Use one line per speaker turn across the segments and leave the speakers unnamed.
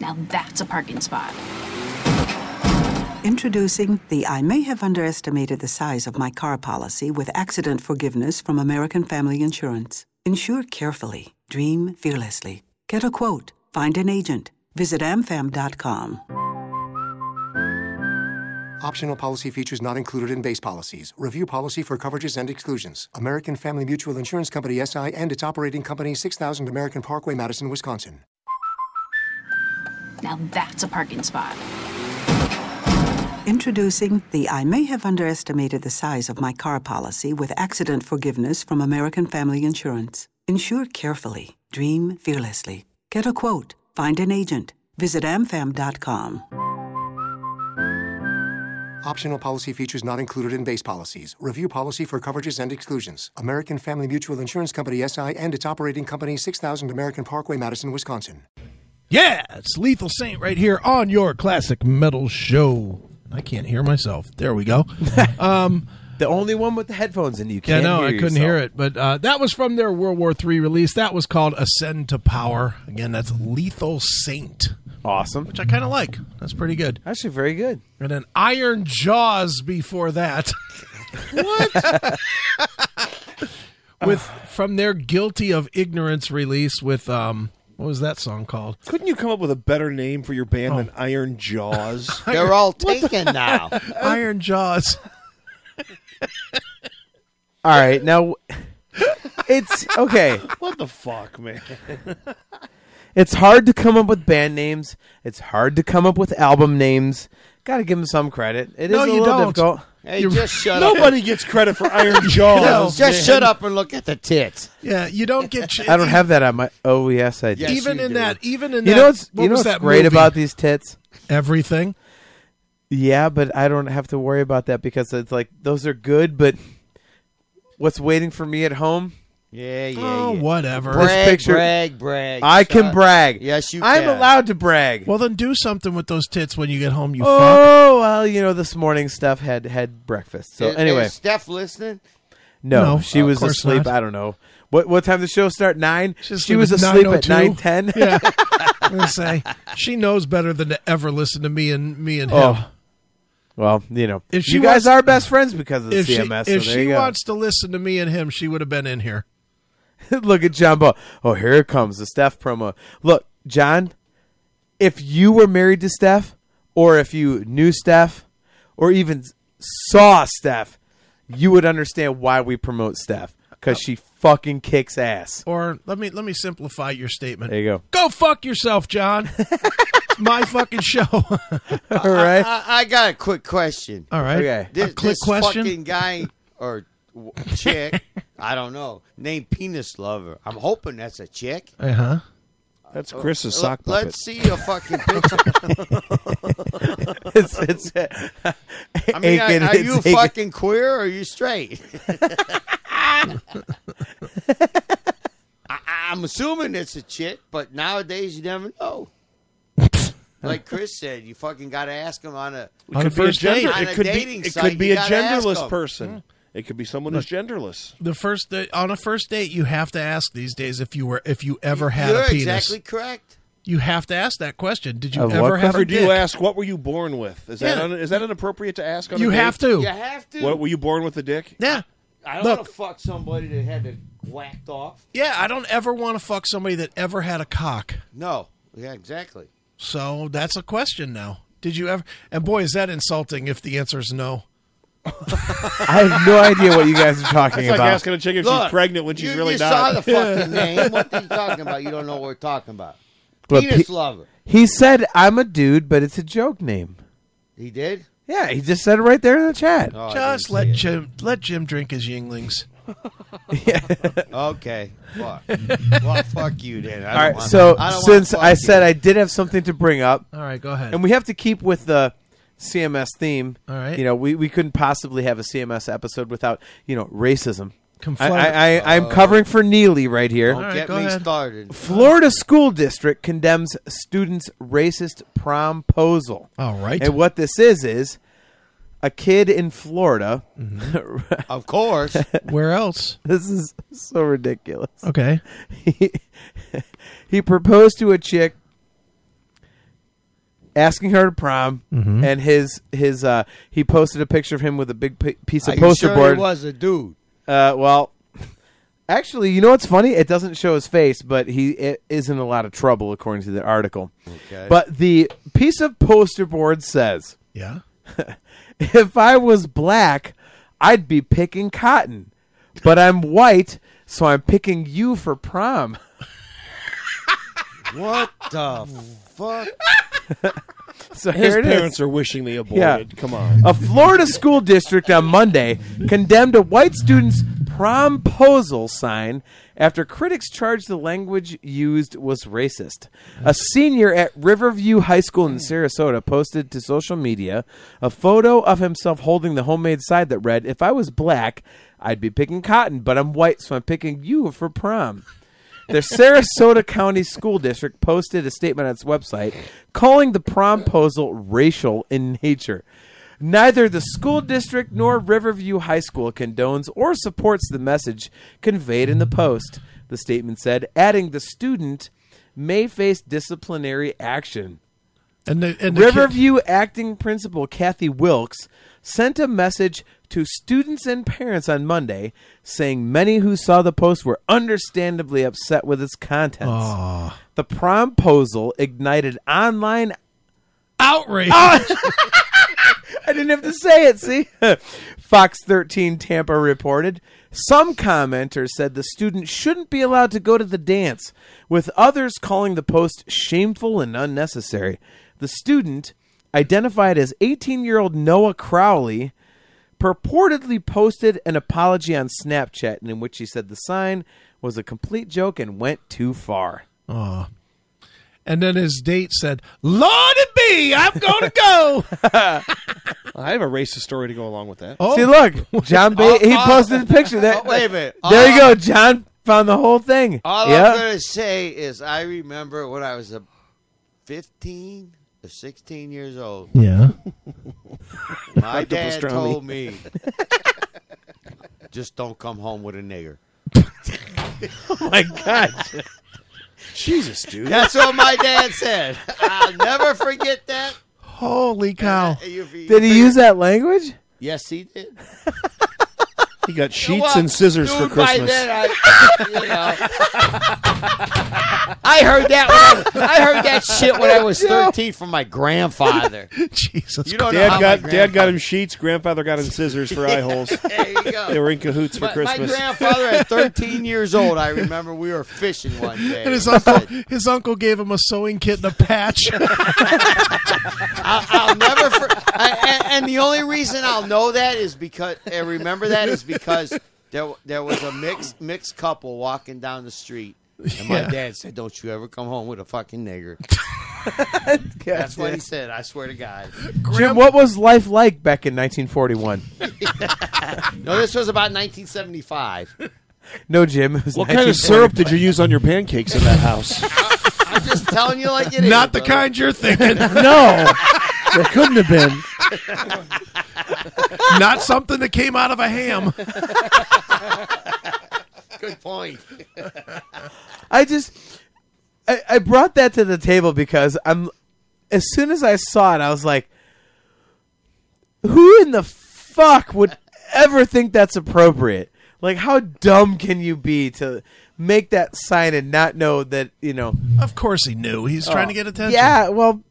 Now that's a parking spot.
Introducing the I may have underestimated the size of my car policy with accident forgiveness from American Family Insurance. Insure carefully, dream fearlessly. Get a quote, find an agent, visit amfam.com.
Optional policy features not included in base policies. Review policy for coverages and exclusions. American Family Mutual Insurance Company SI and its operating company 6000 American Parkway, Madison, Wisconsin.
Now that's a parking spot.
Introducing the I may have underestimated the size of my car policy with accident forgiveness from American Family Insurance. Insure carefully, dream fearlessly. Get a quote, find an agent, visit amfam.com.
Optional policy features not included in base policies. Review policy for coverages and exclusions. American Family Mutual Insurance Company SI and its operating company 6000 American Parkway, Madison, Wisconsin.
Yeah, it's Lethal Saint right here on your classic metal show. I can't hear myself. There we go. um,
the only one with the headphones in you
yeah,
can't
no,
hear
I couldn't
yourself.
hear it. But uh, that was from their World War III release. That was called Ascend to Power. Again, that's Lethal Saint,
Awesome.
which I kind of like. That's pretty good.
Actually, very good.
And then Iron Jaws before that. what? with from their Guilty of Ignorance release with um, what was that song called?
Couldn't you come up with a better name for your band than Iron Jaws?
They're all taken now.
Uh,
Iron Jaws.
All right, now it's okay.
what the fuck, man?
It's hard to come up with band names. It's hard to come up with album names. Got to give them some credit. It is
No,
a
you
little
don't.
difficult.
Hey,
You're-
just shut up.
Nobody gets credit for Iron Jaws.
Just shut up and look at the tits.
Yeah, you don't get. ch- e-,
I don't have that on my. Oh yes, I do.
Yes,
even
you
in
do.
that. Even in
you
that.
know what's
what
you know
was
what's
that
great
movie?
about these tits?
everything?
Yeah, but I don't have to worry about that because it's like those are good, but what's waiting for me at home?
Yeah, yeah.
oh,
yeah.
whatever.
Brett-
Brag,
picture-
brag, brag.
I
Shut
can
up.
brag.
Yes, you
I'm
can.
allowed to brag.
Well, then do something with those tits when you get home. You fuck.
oh well, you know this morning stuff had had breakfast. So
Is-
anyway,
is Steph listening?
No,
No,
she
of
was
course
asleep.
not.
I don't know. What what time did the show start? Nine.
She's
she was
asleep at
asleep at nine ten.
9:10. Yeah. I'm gonna say she knows better than to ever listen to me and me and him.
Oh. Well, you know,
If she
you guys
wants-
are best friends because of the
if she,
CMS.
if
so there
she
you go.
wants to listen to me and him, she would have been in here.
look at John Bo. Oh, here it comes the Steph promo. Look, John, if you were married to Steph, or if you knew Steph, or even saw Steph, you would understand why we promote Steph because she fucking kicks ass.
Or let me let me simplify your statement.
There you go.
Go fuck yourself, John. it's my fucking show. All
All right.
I, I got a quick question.
right.
Okay.
This,
a quick
this
question.
fucking guy or w- chick, I don't know, named Penis Lover. I'm hoping that's a chick.
Uh huh.
That's Chris's
L-
sock puppet.
Let's see a fucking picture.
it's, it's,
I mean, are,
Aiken,
are you
it's Aiken.
fucking queer or are you straight? I, I'm assuming it's a chick, but nowadays you never know. like Chris said, you fucking got to ask him on a.
It could
the
be a
first date.
gender.
On
It
a
could be.
dating
It
site,
could be
you
a
gotta ask
genderless
'em.
person. It could be someone who's genderless.
The first the, on a first date, you have to ask these days if you were if you ever had
You're
a penis.
exactly correct.
You have to ask that question. Did you
Of
ever
what
have
Or
a
do you
dick?
ask what were you born with? Is that
Yeah.
un, is that inappropriate to ask? On a
You
date?
have to.
You have to.
What were you born with a dick?
Yeah.
I don't
Look.
want to fuck somebody that had it whacked off.
Yeah, I don't ever want to fuck somebody that ever had a cock.
No. Yeah, exactly.
So that's a question now. Did you ever? And boy, is that insulting if the answer is no.
I have no idea what you guys are talking
It's like
about.
asking a chick if
Look,
she's pregnant when she's
you,
really
you
not.
saw the fucking name. What are you talking about? You don't know what we're talking about.
But
penis
pe-
lover.
he said, "I'm a dude, but it's a joke name."
He did.
Yeah, he just said it right there in the chat.
Oh, I
Just
didn't
let
see
Jim let Jim drink his Yinglings.
it. Okay. Fuck. well, fuck you then. I
All
don't
right,
wanna-
so
I don't wanna
since
fuck
I
you.
said I did have something to bring up,
All right, go ahead.
and we have to keep with the CMS theme.
All right.
you know, we, we couldn't possibly have a CMS episode without you know racism. I,
Conflate-
I, I I'm covering for Neely right here.
don't
uh, All right,
get
go
me
ahead.
started.
Florida school district condemns students' racist promposal.
All right.
And what this is is a kid in Florida.
Of course.
Where else?
this is so ridiculous.
Okay.
he, he proposed to a chick asking her to prom,
Mm-hmm.
and his his uh, he posted a picture of him with a big pi piece
Are
of
you
poster
sure he
board.
was a dude.
Uh, well, actually, you know what's funny? It doesn't show his face, but he i- is in a lot of trouble according to the article.
Okay.
But the piece of poster board says,
Yeah.
"If I was black, I'd be picking cotton, but I'm white, so I'm picking you for prom."
What the fuck?
So
His
here it is.
parents are wishing they aborted. Come on.
A Florida school district on Monday condemned a white student's promposal sign after critics charged the language used was racist. A senior at Riverview High School in Sarasota posted to social media a photo of himself holding the homemade sign that read, If I was black, I'd be picking cotton, but I'm white, so I'm picking you for prom. The Sarasota County School District posted a statement on its website calling the promposal racial in nature. Neither the school district nor Riverview High School condones or supports the message conveyed in the post, the statement said, adding the student may face disciplinary action.
And the, and the kid-
Riverview acting principal Kathy Wilkes sent a message to students and parents on Monday saying many who saw the post were understandably upset with its contents. The promposal ignited online
outrage.
I didn't have to say it, see? Fox 13 Tampa reported. Some commenters said the student shouldn't be allowed to go to the dance, with others calling the post shameful and unnecessary. The student, identified as 18 year old Noah Crowley, purportedly posted an apology on Snapchat in which he said the sign was a complete joke and went too far.
and then his date said, "Lord it be, I'm going to go."
I have a racist story to go along with that.
See, look, John. Ba- he
oh,
posted a picture. There,
oh, wait a minute.
There you go.
Oh.
John found the whole thing.
All
Yeah.
I'm gonna say is I remember when I was a 15 or 16 years old.
yeah.
My dad
pastrami.
told me, just don't come home with a nigger.
my God.
Jesus, dude.
That's what my dad said. I'll never forget that.
Holy cow.
If he-
Did he use that language?
Yes, he did.
He got sheets
Well,
and scissors
dude,
for
By
Christmas.
then I, you know, I heard that. When I, I heard that shit when I was 13 from my grandfather.
Jesus.
You don't know how
Dad
my
got Dad got
grandfather-
him sheets. Grandfather got him scissors for eye holes.
There you go.
They were in cahoots for
My- my,
Christmas.
grandfather at 13 years old, I remember we were fishing one day.
And his
He
uncle,
said,
his uncle gave him a sewing kit and a patch.
I'll, I'll never. For- I, and, and the only reason I'll know that is because I remember that is because there there was a mixed mixed couple walking down the street, and my
Yeah.
dad said, "Don't you ever come home with a fucking nigger." That's what he said. I swear to God.
Jim, what was life like back in 1941?
No, this was about 1975.
No, Jim. It was
What kind of syrup did you use on your pancakes in that house?
I'm just telling you like it is.
Not the
brother.
kind you're thinking.
no, there couldn't have been.
Not something that came out of a ham.
Good point.
I just, I, I brought that to the table because I'm, as soon as I saw it, I was like, who in the fuck would ever think that's appropriate? Like, how dumb can you be to make that sign and not know that, you know?
Of course he knew. He's trying to get attention.
Yeah, well,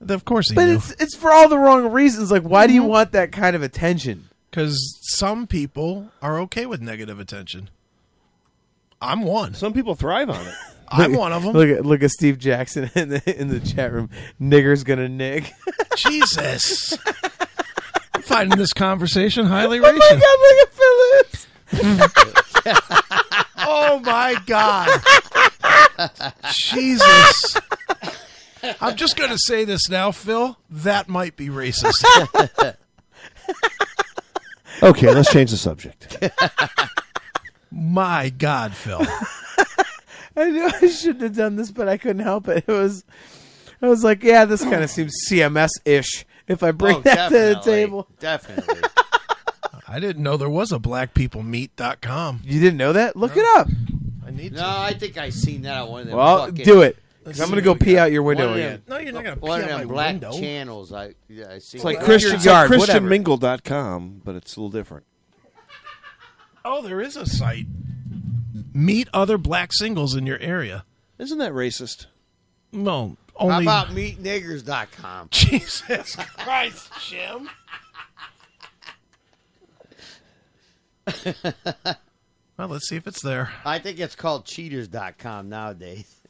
Of course he
but
knew.
it's it's for all the wrong reasons. Like, why do you want that kind of attention?
Because some people are okay with negative attention. I'm one.
Some people thrive on it.
I'm one of them.
Look at look at Steve Jackson in the in the chat room. Nigger's gonna nig.
Jesus. I'm finding this conversation highly
oh my
racist.
god! Look at Phyllis.
Oh my God. Oh Jesus. I'm just going to say this now, Phil. That might be racist.
Okay, let's change the subject.
my God, Phil.
I knew I shouldn't have done this, but I couldn't help it. It was, I was like, yeah, this kind of seems CMS ish. If I bring
Oh,
that to the
definitely.
table,
Definitely.
I didn't know there was a blackpeoplemeet.com.
you didn't know that. Look it up.
I need
No, I think I seen that on one of them.
Well,
fucking-
do it. I'm gonna go pee out your window
One of
again.
them-
No, you're not gonna pee
One of
out my
them black
window.
channels. I yeah, I see.
It's like
that.
Christian Yard,
It's like
whatever.
ChristianMingle.com, but it's a little different.
Oh, there is a site. Meet other black singles in your area.
Isn't that racist?
No,
How
only
about meatniggers.com?
Jesus Christ, Jim. well, let's see if it's there.
I think it's called cheaters.com nowadays.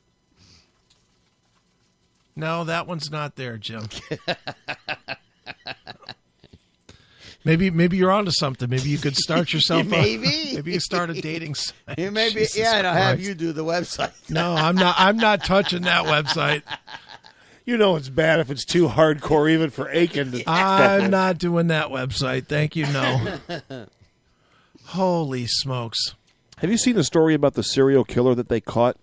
No, that one's not there, Jim. maybe maybe you're onto something. Maybe you could start yourself. a-
Maybe.
maybe you start a dating site.
It may be,
Jesus
yeah, and I'll have
Christ.
you do the website.
No, I'm not. I'm not touching that website.
You know it's bad if it's too hardcore even for Aiken. To-
I'm not doing that website. Thank you. No. Holy smokes!
Have you seen the story about the serial killer that they caught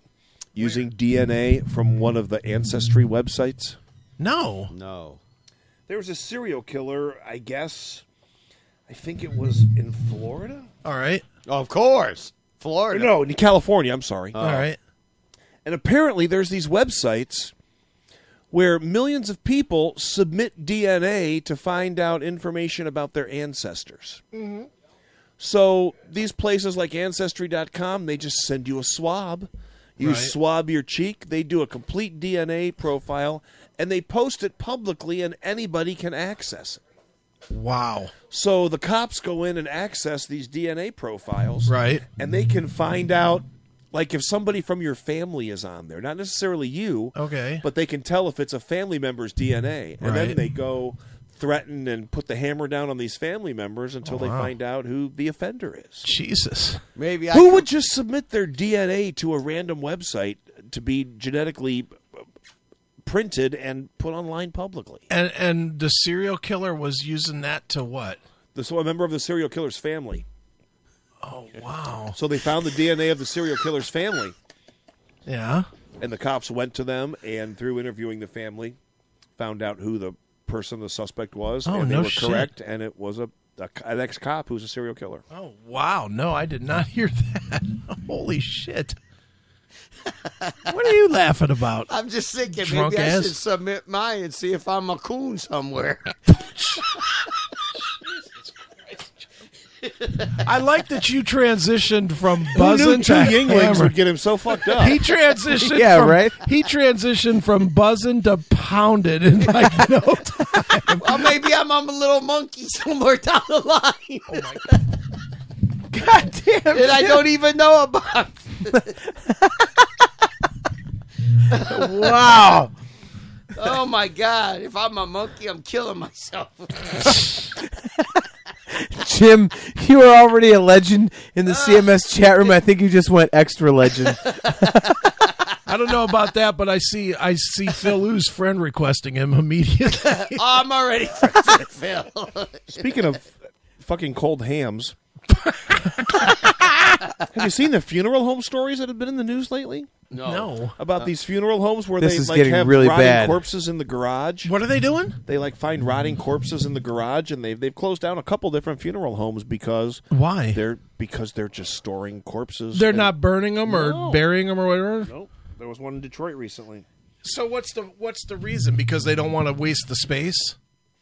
using DNA from one of the ancestry websites?
No.
No.
There was a serial killer, I guess. I think it was in Florida.
All right.
Of course. Florida.
No, in California. I'm sorry.
All right.
And apparently, there's these websites where millions of people submit DNA to find out information about their ancestors. So these places like Ancestry.com, they just send you a swab. You
Right.
swab your cheek. They do a complete DNA profile, and they post it publicly, and anybody can access
Uh,
it.
Wow.
So the cops go in and access these DNA profiles.
Right.
And they can find out like if somebody from your family is on there, not necessarily you.
Okay.
But they can tell if it's a family member's DNA. And
Right.
then they go threaten and put the hammer down on these family members until
Oh,
they find out who the offender is.
Jesus.
Maybe I
Who
could-
would just submit their DNA to a random website to be genetically uh, printed and put online publicly?
And and the serial killer was using that to what?
This a member of the serial killer's family.
Oh wow.
So they found the DNA of the serial killer's family,
Yeah.
and the cops went to them and through interviewing the family, found out who the person the suspect was,
Oh,
and they
no
were
shit.
correct, and it was a, a an ex cop who's a serial killer.
Oh wow. No, I did not hear that. Holy shit. what are you laughing about?
I'm just thinking
Drunk
maybe I
ass.
should submit mine and see if I'm a coon somewhere.
I like that you transitioned from buzzing to
Yinglings
hammer.
would get him so fucked up?
He transitioned.
Yeah,
from,
right?
He transitioned from buzzing to pounded in like no time.
well, maybe I'm, I'm a little monkey somewhere down the line
Oh, God damn
that I don't even know about.
Wow.
Oh my God! If I'm a monkey, I'm killing myself. Oh,
Jim, you are already a legend in the CMS chat room. I think you just went extra legend.
I don't know about that, but I see I see Phil Oo's friend requesting him immediately.
I'm already friends with Phil.
Speaking of fucking cold hams, have you seen the funeral home stories that have been in the news lately? Oh.
no.
About these funeral homes where
This
they
is
like
getting
have
really
rotting
bad.
corpses in the garage.
What are they doing?
they like find rotting corpses in the garage and they've they've closed down a couple different funeral homes because
Why?
they're because they're just storing corpses
They're
And-
not burning them or
No.
burying them or whatever.
nope there was one in detroit recently
So what's the what's the reason? Because they don't want to waste the space.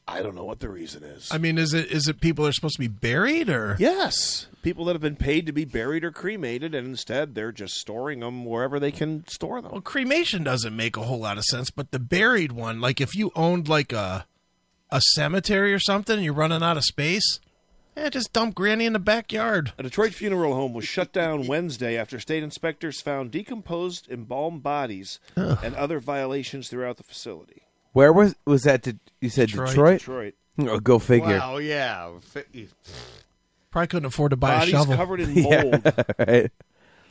i don't know what the reason is
I mean, is it is it people are supposed to be buried or?
yes people that have been paid to be buried or cremated and instead they're just storing them wherever they can store them
Well, cremation doesn't make a whole lot of sense, but the buried one, like if you owned like a a cemetery or something, and you're running out of space, eh, just dump Granny in the backyard.
a detroit funeral home was shut down wednesday after state inspectors found decomposed embalmed bodies and other violations throughout the facility
Where was was that? Did, you said
Detroit.
Detroit?
detroit
Oh, go figure.
Wow, yeah. Fi-
Probably couldn't afford to buy a
bodies
shovel.
covered in mold
Right.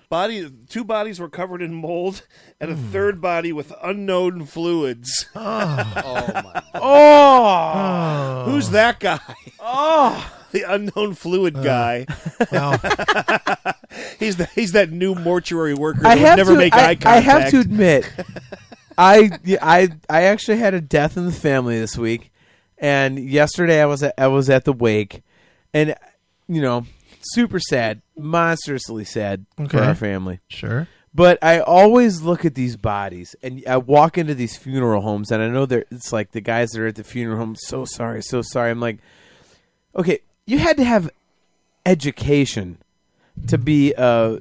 body two bodies were covered in mold and
Hmm.
a third body with unknown fluids
Oh my!
Oh,
who's that guy oh Uh. the unknown fluid guy
Well,
he's the, he's that new mortuary worker
I
that would
have
never
to.
make
I,
eye
I
contact
have to admit, I yeah, I I actually had a death in the family this week, and yesterday I was at, I was at the wake, and you know, super sad, monstrously sad for
Okay.
our family.
sure.
But I always look at these bodies, and I walk into these funeral homes, and I know that it's like the guys that are at the funeral home. So sorry, so sorry. I'm like, okay, you had to have education to be a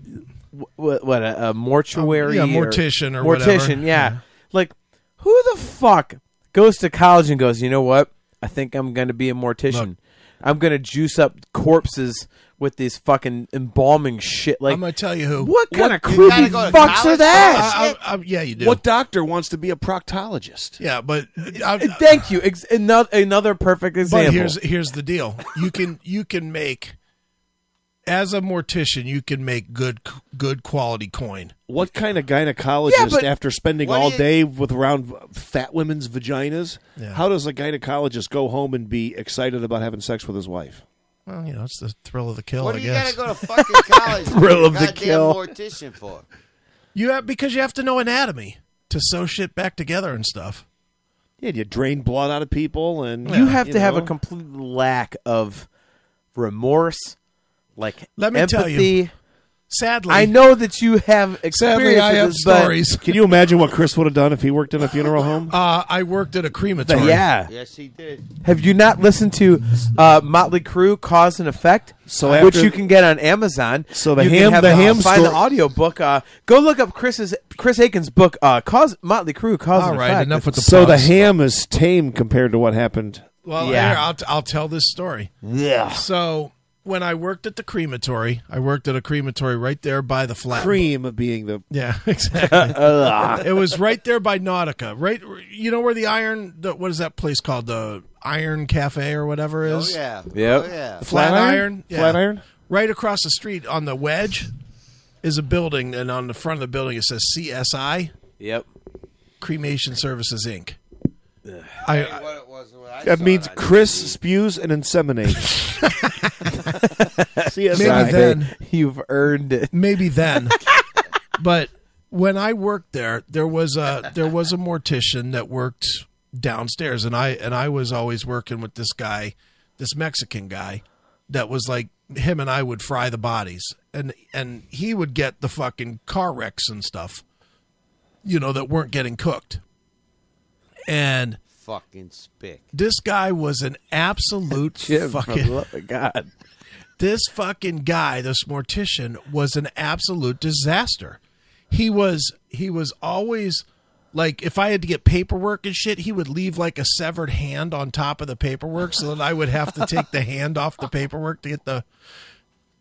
what, what a, a mortuary,
Yeah, mortician or whatever.
mortician. Yeah. like who the fuck goes to college and goes, you know what? I think I'm going to be a mortician.
Look.
I'm going to juice up corpses with these fucking embalming shit. Like
I'm gonna tell you who.
what kind
What-
of
you
creepy
gotta go to
fucks are
college
that?
I- I- I- yeah, you do.
What doctor wants to be a proctologist?
Yeah, but I,
Uh, Thank you. Ex- another, another perfect example.
but here's here's the deal. You can you can make as a mortician, you can make good good quality coin.
What kind of gynecologist,
Yeah, but-
after spending
What
all
do you-
day with around fat women's vaginas, how does a gynecologist go home and be excited about having sex with his wife?
Well, you know, it's the thrill of the kill.
What
I
do you
guess
gotta go to fucking college?
Oh, Thrill of the
Goddamn
kill.
Mortician for.
you have because you have to know anatomy to sew shit back together and stuff.
Yeah, you drain blood out of people, and uh,
you have to have a
know.
complete lack of remorse, like
Let me
empathy.
tell you, Sadly,
I know that you have experience
Sadly, I
with
have
this, but-
stories.
Can you imagine what Chris would have done if he worked in a funeral home?
Uh, I worked at a
but
crematory.
yeah,
Yes, he did.
Have you not listened to uh, Motley Crue Cause and Effect?
So after-
which you can get on Amazon.
So the
you can
ham-
have,
the
uh,
ham
find the
story-
audio book. Uh, go look up Chris's Chris Aiken's book. Uh, Cause Motley Crue Cause
All
and
right,
Effect.
enough with the
so the
plugs.
ham is tame compared to what happened.
Well,
Yeah.
here, I'll, t- I'll tell this story. Yeah. So when I worked at the crematory, I worked at a crematory right there by the flat.
Cream being the
Yeah, exactly. it was right there by Nautica. Right, you know where the Iron, the, what is that place called? The Iron Cafe or whatever
Oh
is.
yeah.
Yep.
Oh yeah.
Flat
Flatiron?
Iron. Yeah.
Flatiron?
Right across the street on the wedge is a building, and on the front of the building it says CSI
Yep.
Cremation Services Inc. I,
What it was, what I
That
saw
means
on
Chris spews and inseminates. CSI.
Maybe then.
You've earned it.
maybe then. but when I worked there, there was a there was a mortician that worked downstairs, and I and I was always working with this guy, this Mexican guy, that was like him and I would fry the bodies, and and he would get the fucking car wrecks and stuff, you know, that weren't getting cooked, and.
Fucking spick.
This guy was an absolute
Jim, for the
fucking
love of God.
this fucking guy, this mortician, was an absolute disaster. He was he was always like if I had to get paperwork and shit, he would leave like a severed hand on top of the paperwork so that I would have to take the hand off the paperwork to get the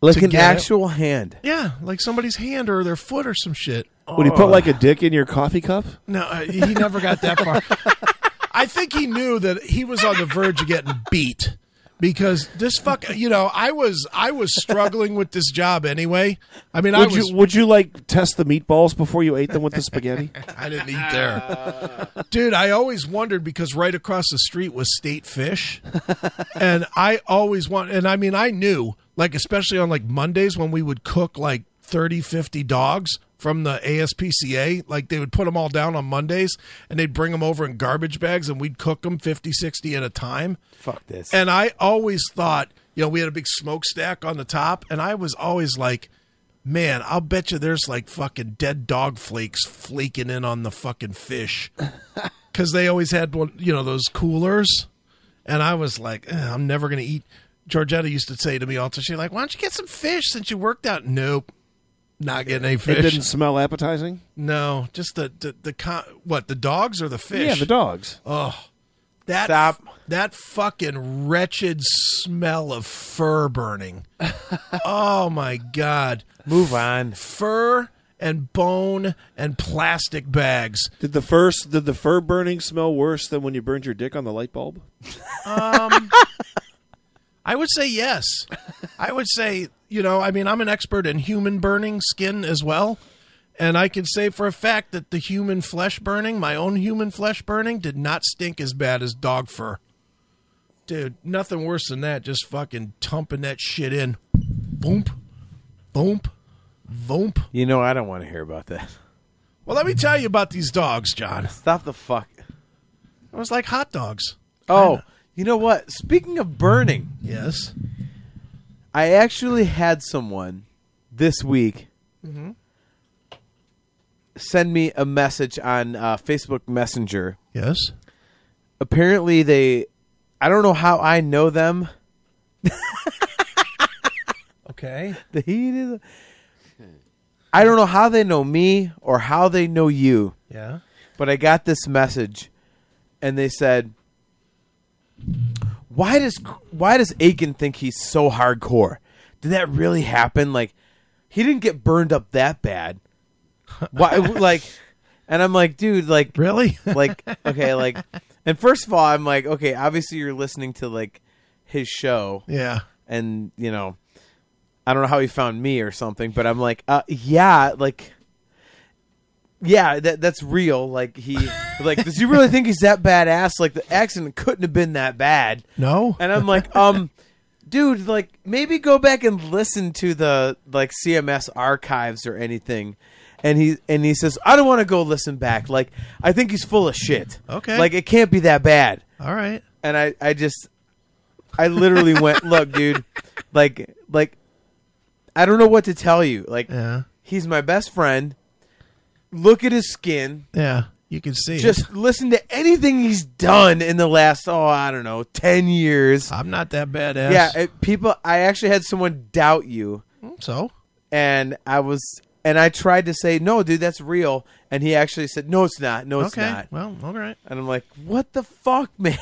Like
To
an
get it.
actual hand.
yeah, like somebody's hand or their foot or some shit.
Would he
Oh.
put like a dick in your coffee cup?
No, uh, he never got that far. I think he knew that he was on the verge of getting beat because this fuck, you know, I was I was struggling with this job anyway. I mean, I
Would
was
you would you like test the meatballs before you ate them with the spaghetti?
I didn't eat there. Dude, I always wondered because right across the street was State Fish. And I always want and I mean I knew like especially on like Mondays when we would cook like 30 50 dogs from the ASPCA, like they would put them all down on Mondays and they'd bring them over in garbage bags and we'd cook them 50 60 at a time.
Fuck this.
And I always thought, you know, we had a big smokestack on the top, and I was always like, man, I'll bet you there's like fucking dead dog flakes flaking in on the fucking fish. Because they always had one, you know, those coolers. And I was like, "Eh, I'm never going to eat. Georgetta used to say to me all the time, she's like, why don't you get some fish since you worked out? Nope. Not getting any
It
fish.
didn't smell appetizing.
No, just the, the, the, con- what, the dogs or the fish?
Yeah, the dogs.
That
Stop.
that fucking wretched smell of fur burning. oh my god.
Move on.
Fur and bone and plastic bags.
Did the first did the fur burning smell worse than when you burned your dick on the light bulb?
I would say yes. I would say, you know, I mean, I'm an expert in human burning skin as well. And I can say for a fact that the human flesh burning, my own human flesh burning, did not stink as bad as dog fur. Dude, nothing worse than that. Just fucking tumping that shit in. Boomp, boomp, boomp.
You know, I don't want to hear about that.
Well, let me tell you about these dogs, John.
Stop the fuck.
It was like hot dogs.
Oh, you know what? Speaking of burning.
Yes.
Mm-hmm. I actually had someone this week send me a message on uh, Facebook Messenger.
Yes.
Apparently, they. I don't know how I know them.
Okay.
The heat is. I don't know how they know me or how they know you.
Yeah.
but I got this message, and they said, "Why does why does Aiken think he's so hardcore? Did that really happen? Like, he didn't get burned up that bad. Why? like, and I'm like, dude, like,
Really?
like, okay, like, and first of all, I'm like, okay, obviously you're listening to like his show,
yeah.
and you know i don't know how he found me or something but i'm like uh yeah like yeah that that's real like he like does he really think he's that badass like the accident couldn't have been that bad
No.
and i'm like um dude like maybe go back and listen to the like cms archives or anything and he and he says i don't want to go listen back like i think he's full of shit
Okay.
like it can't be that bad
All right.
and I, I just I literally went, look, dude, like like I don't know what to tell you. Like
Yeah.
he's my best friend. Look at his skin.
Yeah. You can see. it.
Just listen to anything he's done in the last oh I don't know ten years.
I'm not that badass.
Yeah, it, people. I actually had someone doubt you,
Mm, so.
and I was and I tried to say no, dude, that's real, and he actually said no, it's not. No, it's
okay.
not.
Well. All right.
And I'm like, what the fuck, man?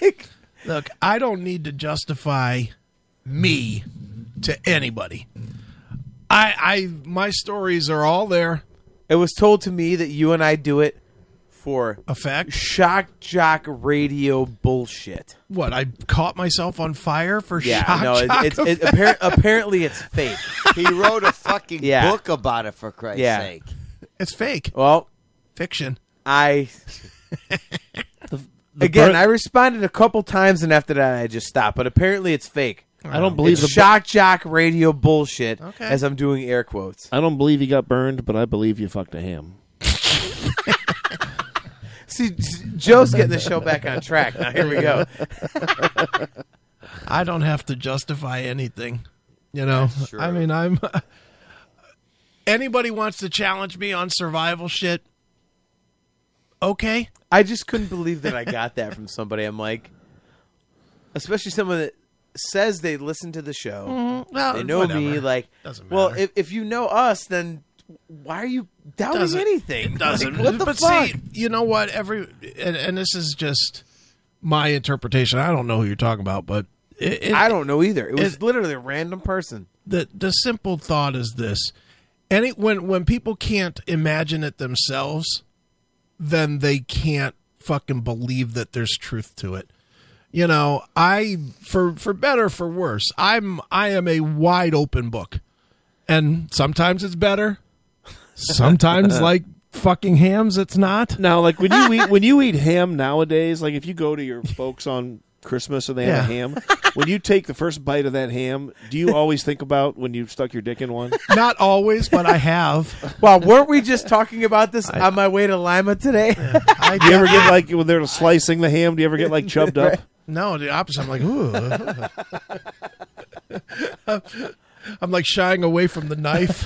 like,
Look, I don't need to justify me to anybody. I I my stories are all there.
It was told to me that you and I do it for
A fact.
shock jock radio bullshit.
What I caught myself on fire for
Yeah,
shock
no, it,
jock
it's it, appar- apparently it's fake.
He wrote a fucking
Yeah.
book about it for Christ's
Yeah.
sake.
It's fake
Well,
fiction.
I again I responded a couple times and after that I just stopped. But apparently it's fake.
I
Um,
don't believe
It's
the
shock jock radio bullshit.
Okay.
As I'm doing air quotes.
I don't believe you got burned, but I believe you fucked a ham.
See, Joe's getting the show back on track. Now here we go.
I don't have to justify anything. You know, I mean, I'm. anybody wants to challenge me on survival shit? Okay.
I just couldn't believe that I got that from somebody. I'm like, especially someone that says they listen to the show.
Well,
they know me
Mm-hmm. whatever.
like
Doesn't
well
matter.
if, if you know us then why are you doubting
Doesn't-
anything
It doesn't.
Like, what the
but
fuck
see, you know what? Every and, and this is just my interpretation. I don't know who you're talking about, but it, it,
i don't know either it was
it-
literally a random person
the the simple thought is this: any when when people can't imagine it themselves, then they can't fucking believe that there's truth to it. You know, I for for better for worse, I'm I am a wide open book, and sometimes it's better, sometimes like fucking hams, it's not.
Now, like when you eat when you eat ham nowadays, like if you go to your folks on Christmas and they have a
Yeah.
ham, when you take the first bite of that ham, do you always think about when you stuck your dick in one?
Not always, but I have.
wow weren't we just talking about this on my way to lima today
I
Do you ever get like when they're slicing the ham? Do you ever get like chubbed up?
No, the opposite. I'm like, ooh. I'm like shying away from the knife.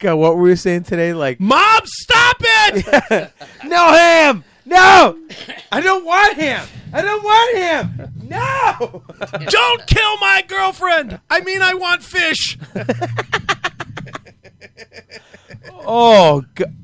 god uh, what were we saying today like
Mom, stop it!
no ham no i don't want him i don't want him no
Don't kill my girlfriend. I mean, I want fish.
oh god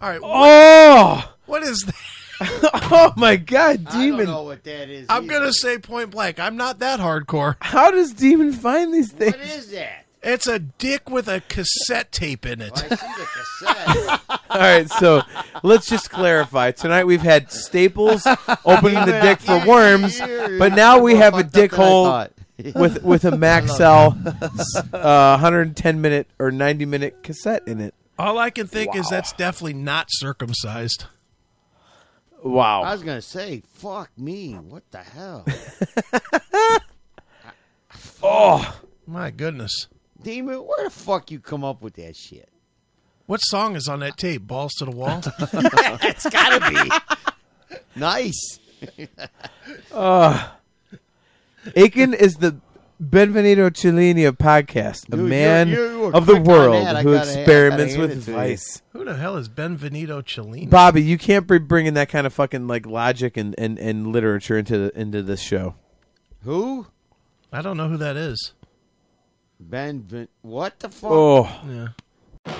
All right. wh-
oh
What is that?
oh my god
I don't know
demon
what that is.
I'm
either.
going to say point blank. I'm not that hardcore.
how does demon find these things
What is that?
It's a dick with a cassette tape in
I
it.
see the cassette.
All right, so let's just clarify. Tonight we've had staples opening the dick for worms, but now we
More
have a
fucked up
dick
than I
hole
thought.
with with a Maxell uh, 110 minute or 90 minute cassette in it.
All I can think is that's definitely not circumcised.
I
Wow.
was gonna say, fuck me. What the hell?
My goodness.
Demon, where the fuck you come up with that shit?
What song is on that tape? Balls to the wall?
It's gotta be. nice.
Aiken is the Benvenuto Cellini of podcast, a
You- you-
man
you were
of the
quick on
world
that. I
who
gotta- I gotta
experiments
hand it
with
to you.
vice.
Who the hell is Benvenuto Cellini?
Bobby, you can't be bringing that kind of fucking like logic and, and, and literature into the, into this show.
Who?
I don't know who that is.
Ben, ben what the fuck?
Oh,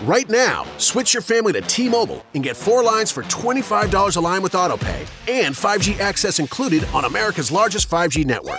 Right now, switch your family to T-Mobile and get four lines for $25 a line with AutoPay and 5G access included on America's largest 5G network.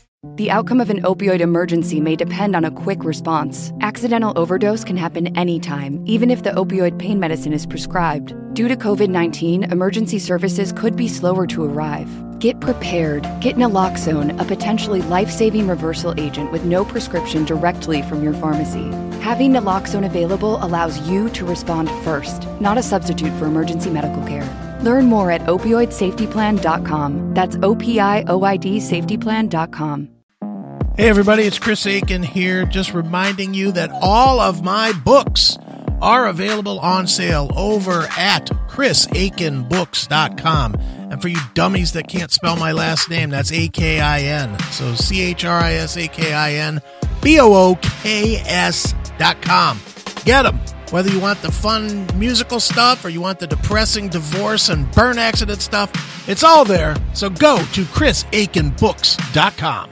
The outcome of an opioid emergency may depend on a quick response. Accidental overdose can happen anytime, even if the opioid pain medicine is prescribed. Due to COVID 19, emergency services could be slower to arrive. Get prepared. Get naloxone, a potentially life saving reversal agent with no prescription directly from your pharmacy. Having naloxone available allows you to respond first, not a substitute for emergency medical care. Learn more at opioidsafetyplan.com. That's O P I O I D safetyplan.com.
Hey, everybody, it's Chris Aiken here, just reminding you that all of my books are available on sale over at chrisaikenbooks.com. And for you dummies that can't spell my last name, that's A K I N. So C H R I S A K I N B O O K S dot com. Get them. Whether you want the fun musical stuff or you want the depressing divorce and burn accident stuff, it's all there. So go to chrisaikenbooks.com.